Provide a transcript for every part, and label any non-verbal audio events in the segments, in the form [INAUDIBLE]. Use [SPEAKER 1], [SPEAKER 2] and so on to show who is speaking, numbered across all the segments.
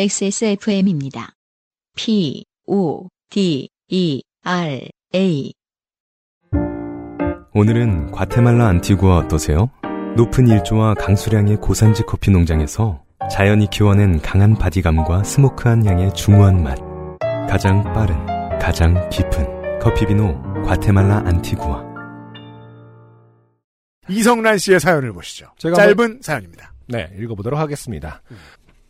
[SPEAKER 1] XSFM입니다. P, O, D, E, R, A.
[SPEAKER 2] 오늘은 과테말라 안티구아 어떠세요? 높은 일조와 강수량의 고산지 커피 농장에서 자연이 키워낸 강한 바디감과 스모크한 향의 중후한 맛. 가장 빠른, 가장 깊은 커피비노 과테말라 안티구아.
[SPEAKER 3] 이성란 씨의 사연을 보시죠.
[SPEAKER 4] 제가
[SPEAKER 3] 짧은 사연입니다.
[SPEAKER 4] 네, 읽어보도록 하겠습니다.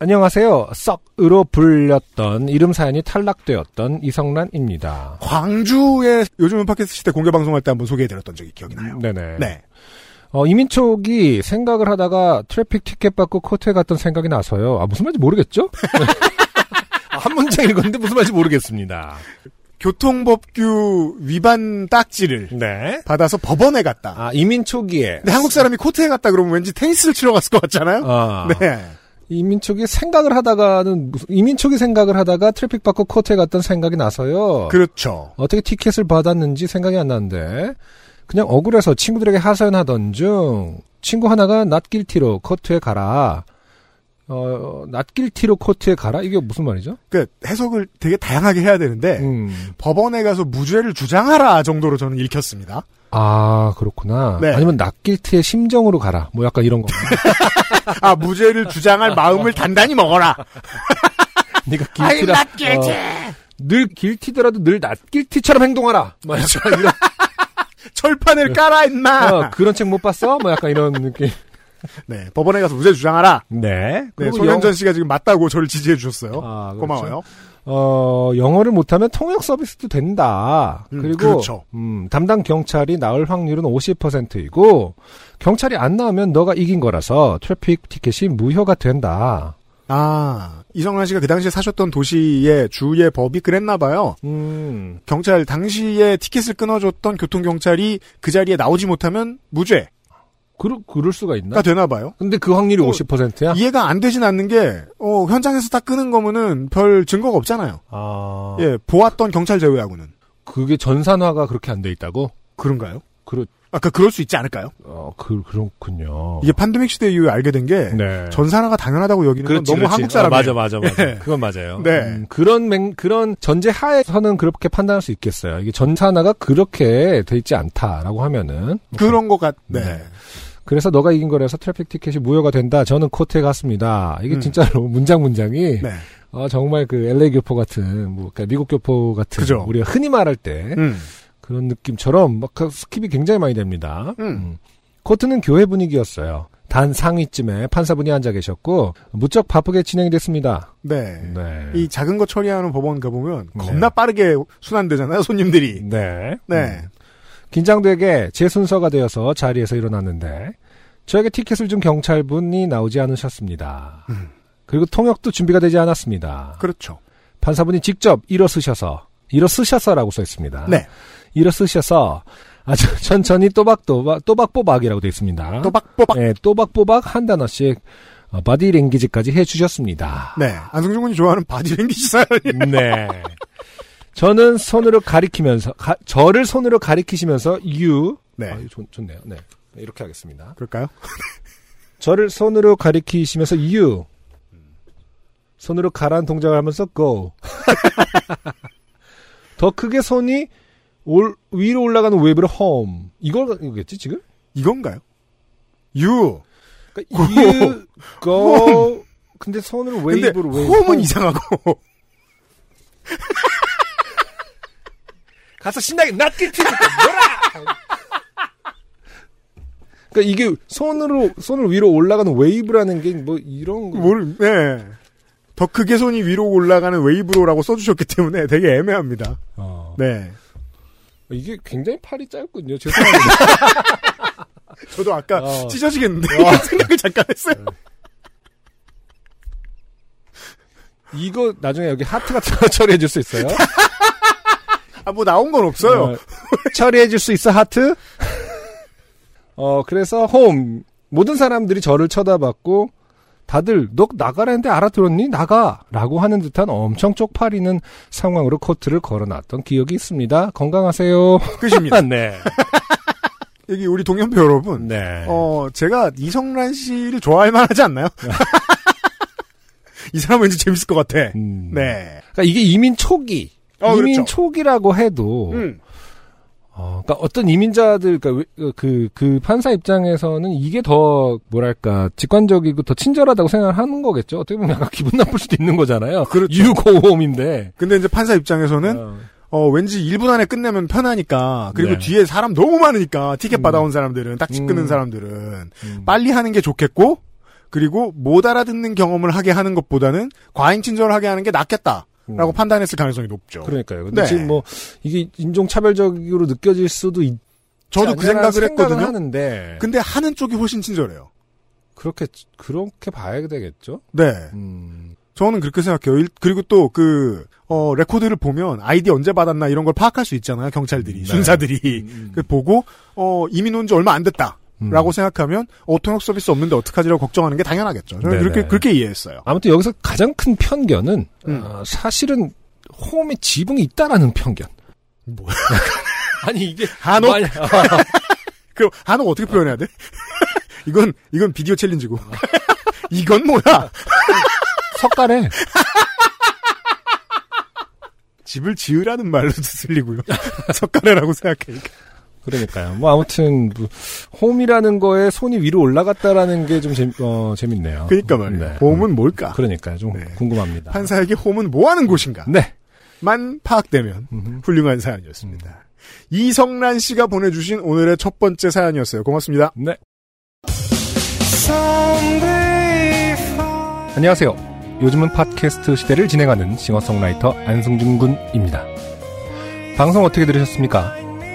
[SPEAKER 4] 안녕하세요. 썩으로 불렸던 이름 사연이 탈락되었던 이성란입니다.
[SPEAKER 3] 광주의 요즘은 팟캐스트 시대 공개 방송할 때 한번 소개해드렸던 적이 기억이 나요.
[SPEAKER 4] 네네.
[SPEAKER 3] 네.
[SPEAKER 4] 어, 이민촉이 생각을 하다가 트래픽 티켓 받고 코트에 갔던 생각이 나서요. 아, 무슨 말인지 모르겠죠? [LAUGHS] 아, 한 문장 읽었는데 무슨 말인지 모르겠습니다.
[SPEAKER 3] 교통법규 위반 딱지를
[SPEAKER 4] 네.
[SPEAKER 3] 받아서 법원에 갔다.
[SPEAKER 4] 아, 이민촉이의.
[SPEAKER 3] 근데 한국 사람이 코트에 갔다 그러면 왠지 테니스를 치러 갔을 것 같잖아요.
[SPEAKER 4] 아,
[SPEAKER 3] 네.
[SPEAKER 4] 이민촉이 생각을 하다가는, 무슨, 이민촉이 생각을 하다가 트래픽 받고 코트에 갔던 생각이 나서요.
[SPEAKER 3] 그렇죠.
[SPEAKER 4] 어떻게 티켓을 받았는지 생각이 안 나는데 그냥 억울해서 친구들에게 하소연하던 중 친구 하나가 낫길티로 코트에 가라. 어, 낫길티로 코트에 가라? 이게 무슨 말이죠?
[SPEAKER 3] 그 해석을 되게 다양하게 해야 되는데
[SPEAKER 4] 음.
[SPEAKER 3] 법원에 가서 무죄를 주장하라 정도로 저는 읽혔습니다.
[SPEAKER 4] 아, 그렇구나.
[SPEAKER 3] 네.
[SPEAKER 4] 아니면 낫길티의 심정으로 가라. 뭐 약간
[SPEAKER 3] [LAUGHS]
[SPEAKER 4] 이런 거. [LAUGHS]
[SPEAKER 3] 아 무죄를 주장할 마음을 단단히 먹어라.
[SPEAKER 4] 네가 길티라. 어, 늘 길티더라도 늘 낫길티처럼 행동하라. 뭐 약간 이런,
[SPEAKER 3] [LAUGHS] 철판을 깔아 임마.
[SPEAKER 4] 어, 그런 책 못 봤어? 뭐 약간 이런 느낌.
[SPEAKER 3] 네, 법원에 가서 무죄 주장하라.
[SPEAKER 4] 네.
[SPEAKER 3] 네,
[SPEAKER 4] 그리고
[SPEAKER 3] 손현전 씨가 지금 맞다고 저를 지지해 주셨어요.
[SPEAKER 4] 아, 그렇죠.
[SPEAKER 3] 고마워요.
[SPEAKER 4] 어, 영어를 못하면 통역 서비스도 된다.
[SPEAKER 3] 음,
[SPEAKER 4] 그리고
[SPEAKER 3] 그렇죠.
[SPEAKER 4] 음, 담당 경찰이 나올 확률은 50%이고 경찰이 안 나오면 너가 이긴 거라서 트래픽 티켓이 무효가 된다.
[SPEAKER 3] 아, 이성란 씨가 그 당시에 사셨던 도시의 주의 법이 그랬나 봐요.
[SPEAKER 4] 음,
[SPEAKER 3] 경찰 당시에 티켓을 끊어줬던 교통 경찰이 그 자리에 나오지 못하면 무죄가
[SPEAKER 4] 그러, 그럴 수가 있나?
[SPEAKER 3] 되나 봐요.
[SPEAKER 4] 근데 그 확률이
[SPEAKER 3] 어,
[SPEAKER 4] 50%야?
[SPEAKER 3] 그러니까 이해가 안 되진 않는 게 어, 현장에서 다 끄는 거면은 별 증거가 없잖아요.
[SPEAKER 4] 아,
[SPEAKER 3] 예, 보았던 경찰 제외하고는
[SPEAKER 4] 그게 전산화가 그렇게 안 돼 있다고?
[SPEAKER 3] 그런가요?
[SPEAKER 4] 그렇,
[SPEAKER 3] 아까 그럴 수 있지 않을까요?
[SPEAKER 4] 어, 그, 그렇군요.
[SPEAKER 3] 이게 판데믹 시대 이후에 알게 된 게
[SPEAKER 4] 네.
[SPEAKER 3] 예. 전산화가 당연하다고 여기는 건 너무 한국 사람이에요.
[SPEAKER 4] 아, 맞아, 맞아, 맞아. 그건 맞아요. 음,
[SPEAKER 3] 네.
[SPEAKER 4] 그런 맹, 그런 전제 하에서는 그렇게 판단할 수 있겠어요. 이게 전산화가 그렇게 돼 있지 않다라고 하면은.
[SPEAKER 3] 그런 것 같. 네.
[SPEAKER 4] 네. 그래서 너가 이긴 거라서 트래픽 티켓이 무효가 된다. 저는 코트에 갔습니다. 이게
[SPEAKER 3] 음.
[SPEAKER 4] 진짜로 [LAUGHS] 문장 문장이
[SPEAKER 3] 네.
[SPEAKER 4] 아, 정말 그 LA 교포 같은 뭐 그러니까 미국 교포 같은
[SPEAKER 3] 그죠.
[SPEAKER 4] 우리가 흔히 말할 때
[SPEAKER 3] 음.
[SPEAKER 4] 그런 느낌처럼 막그 스킵이 굉장히 많이 됩니다.
[SPEAKER 3] 음.
[SPEAKER 4] 음. 코트는 교회 분위기였어요. 단 상위쯤에 판사분이 앉아 계셨고 무척 바쁘게 진행이 됐습니다.
[SPEAKER 3] 네.
[SPEAKER 4] 네.
[SPEAKER 3] 이 작은 거 처리하는 법원 가보면
[SPEAKER 4] 네.
[SPEAKER 3] 겁나 빠르게 순환되잖아요, 손님들이.
[SPEAKER 4] 네.
[SPEAKER 3] 예. 네.
[SPEAKER 4] 음. 긴장되게 제 순서가 되어서 자리에서 일어났는데 저에게 티켓을 준 경찰분이 나오지 않으셨습니다.
[SPEAKER 3] 음.
[SPEAKER 4] 그리고 통역도 준비가 되지 않았습니다.
[SPEAKER 3] 그렇죠.
[SPEAKER 4] 판사분이 직접 일어서셔서 일어서셔서라고 써 있습니다.
[SPEAKER 3] 네.
[SPEAKER 4] 일어서셔서 아주 [LAUGHS] 천천히 또박또박 또박뽀박이라고 되어 있습니다.
[SPEAKER 3] 또박또박.
[SPEAKER 4] 예, 또박뽀박 한 단어씩 어, 바디 랭귀지까지
[SPEAKER 3] [LAUGHS]
[SPEAKER 4] 해주셨습니다.
[SPEAKER 3] 네. 안승준 군이 좋아하는 바디랭귀지 사연이.
[SPEAKER 4] 네. 저는 손으로 가리키면서 가- 저를 손으로 가리키시면서 you
[SPEAKER 3] 네.
[SPEAKER 4] 아, 이거 좋, 좋네요. 네. 네, 이렇게 하겠습니다.
[SPEAKER 3] 그럴까요?
[SPEAKER 4] 저를 손으로 가리키시면서 you 손으로 가라는 동작을 하면서 go [LAUGHS] 더 크게 손이 올, 위로 올라가는 웨이브를 home 이걸 이거겠지 지금?
[SPEAKER 3] 이건가요? 유.
[SPEAKER 4] 그러니까 you go 근데 손으로
[SPEAKER 3] 근데
[SPEAKER 4] 웨이브로 웨이브
[SPEAKER 3] 홈은
[SPEAKER 4] home.
[SPEAKER 3] 이상하고. [LAUGHS]
[SPEAKER 4] 가서 신나게 낫길티 놀아. 그러니까 이게 손으로 손을 위로 올라가는 웨이브라는 게 뭐 이런 거.
[SPEAKER 3] 뭘, 네. 더 크게 손이 위로 올라가는 웨이브로라고 써주셨기 때문에 되게 애매합니다.
[SPEAKER 4] 어.
[SPEAKER 3] 네.
[SPEAKER 4] 이게 굉장히 팔이 짧군요.
[SPEAKER 3] [LAUGHS]
[SPEAKER 4] 죄송합니다.
[SPEAKER 3] 저도 아까
[SPEAKER 4] 어.
[SPEAKER 3] 찢어지겠는데 이런 [LAUGHS] 생각을 잠깐 했어요.
[SPEAKER 4] 이거 나중에 여기 하트 같은 거 [LAUGHS] 처리해 줄
[SPEAKER 3] [LAUGHS]
[SPEAKER 4] 수 있어요?
[SPEAKER 3] 아, 뭐 나온 건 없어요.
[SPEAKER 4] 어, 처리해 줄 수 있어 하트? [LAUGHS] 어 그래서 홈 모든 사람들이 저를 쳐다봤고 다들 너 나가라는데 알아들었니? 나가라고 하는 듯한 엄청 쪽팔리는 상황으로 코트를 걸어놨던 기억이 있습니다.
[SPEAKER 3] [LAUGHS]
[SPEAKER 4] 건강하세요. [LAUGHS]
[SPEAKER 3] 끝입니다.
[SPEAKER 4] 네.
[SPEAKER 3] 여기 우리 동년배 여러분.
[SPEAKER 4] 네.
[SPEAKER 3] 어, 제가 이성란 씨를 좋아할 만하지 않나요? [LAUGHS] 이 사람 왠지 재밌을 것 같아.
[SPEAKER 4] 음.
[SPEAKER 3] 네.
[SPEAKER 4] 그러니까 이게 이민 초기.
[SPEAKER 3] 어,
[SPEAKER 4] 이민
[SPEAKER 3] 그렇죠.
[SPEAKER 4] 초기라고 해도
[SPEAKER 3] 음.
[SPEAKER 4] 어, 그러니까 어떤 이민자들, 그러니까 왜- 그, 그 판사 입장에서는 이게 더, 뭐랄까, 직관적이고 더 친절하다고 생각을 하는 거겠죠. 어떻게 보면 약간 기분 나쁠 수도 있는 거잖아요.
[SPEAKER 3] 그렇죠.
[SPEAKER 4] 유고홈인데.
[SPEAKER 3] 근데 이제 판사 입장에서는
[SPEAKER 4] 어,
[SPEAKER 3] 어, 왠지 1분 안에 끝내면 편하니까 그리고
[SPEAKER 4] 네.
[SPEAKER 3] 뒤에 사람 너무 많으니까 티켓
[SPEAKER 4] 음.
[SPEAKER 3] 받아온 사람들은 딱지
[SPEAKER 4] 음.
[SPEAKER 3] 끄는 사람들은
[SPEAKER 4] 음.
[SPEAKER 3] 빨리 하는 게 좋겠고 그리고 못 알아듣는 경험을 하게 하는 것보다는 과잉 친절하게 하는 게 낫겠다라고
[SPEAKER 4] 음.
[SPEAKER 3] 판단했을 가능성이 높죠.
[SPEAKER 4] 그러니까요. 근데
[SPEAKER 3] 네.
[SPEAKER 4] 지금 뭐, 이게 인종차별적으로 느껴질 수도 있
[SPEAKER 3] 저도 그
[SPEAKER 4] 않냐라는
[SPEAKER 3] 생각을 했거든요.
[SPEAKER 4] 하는데.
[SPEAKER 3] 근데 하는 쪽이 훨씬 친절해요.
[SPEAKER 4] 그렇게, 그렇게 봐야 되겠죠.
[SPEAKER 3] 네.
[SPEAKER 4] 음.
[SPEAKER 3] 저는 그렇게 생각해요. 일- 그리고 또 그, 어, 레코드를 보면 아이디 언제 받았나 이런 걸 파악할 수 있잖아요. 경찰들이,
[SPEAKER 4] 네.
[SPEAKER 3] 순사들이.
[SPEAKER 4] 음.
[SPEAKER 3] 그 보고, 어, 이민 온 지 얼마 안 됐다.
[SPEAKER 4] 음.
[SPEAKER 3] 라고 생각하면 오토역 서비스 없는데 어떡하지라고 걱정하는 게 당연하겠죠. 저는
[SPEAKER 4] 네네.
[SPEAKER 3] 그렇게 그렇게 이해했어요.
[SPEAKER 4] 아무튼 여기서 가장 큰 편견은,
[SPEAKER 3] 음.
[SPEAKER 4] 어, 사실은 홈에 지붕이 있다라는 편견.
[SPEAKER 3] 뭐야?
[SPEAKER 4] [LAUGHS] 아니, 어, 이게.
[SPEAKER 3] 한옥
[SPEAKER 4] 만약-
[SPEAKER 3] 그럼 한옥 어떻게 표현해야 돼? [LAUGHS] 이건 이건 비디오 챌린지고. [LAUGHS] 이건 뭐야?
[SPEAKER 4] 석가래.
[SPEAKER 3] 집을 지으라는 말로도 들리고요. [LAUGHS] 석가래라고 생각하니까.
[SPEAKER 4] 그러니까요. 뭐 아무튼 뭐 홈이라는 거에 손이 위로 올라갔다라는 게 좀 재미, 어, 재밌네요.
[SPEAKER 3] 그러니까 말이에요.
[SPEAKER 4] 네.
[SPEAKER 3] 홈은 뭘까?
[SPEAKER 4] 그러니까 좀
[SPEAKER 3] 네.
[SPEAKER 4] 궁금합니다.
[SPEAKER 3] 판사에게 홈은 뭐 하는 곳인가?
[SPEAKER 4] 네.
[SPEAKER 3] 만 파악되면
[SPEAKER 4] 음흠.
[SPEAKER 3] 훌륭한 사연이었습니다. 이성란 씨가 보내주신 오늘의 첫 번째 사연이었어요. 고맙습니다.
[SPEAKER 4] 네. 안녕하세요. 요즘은 팟캐스트 시대를 진행하는 싱어송라이터 안승준 군입니다. 방송 어떻게 들으셨습니까?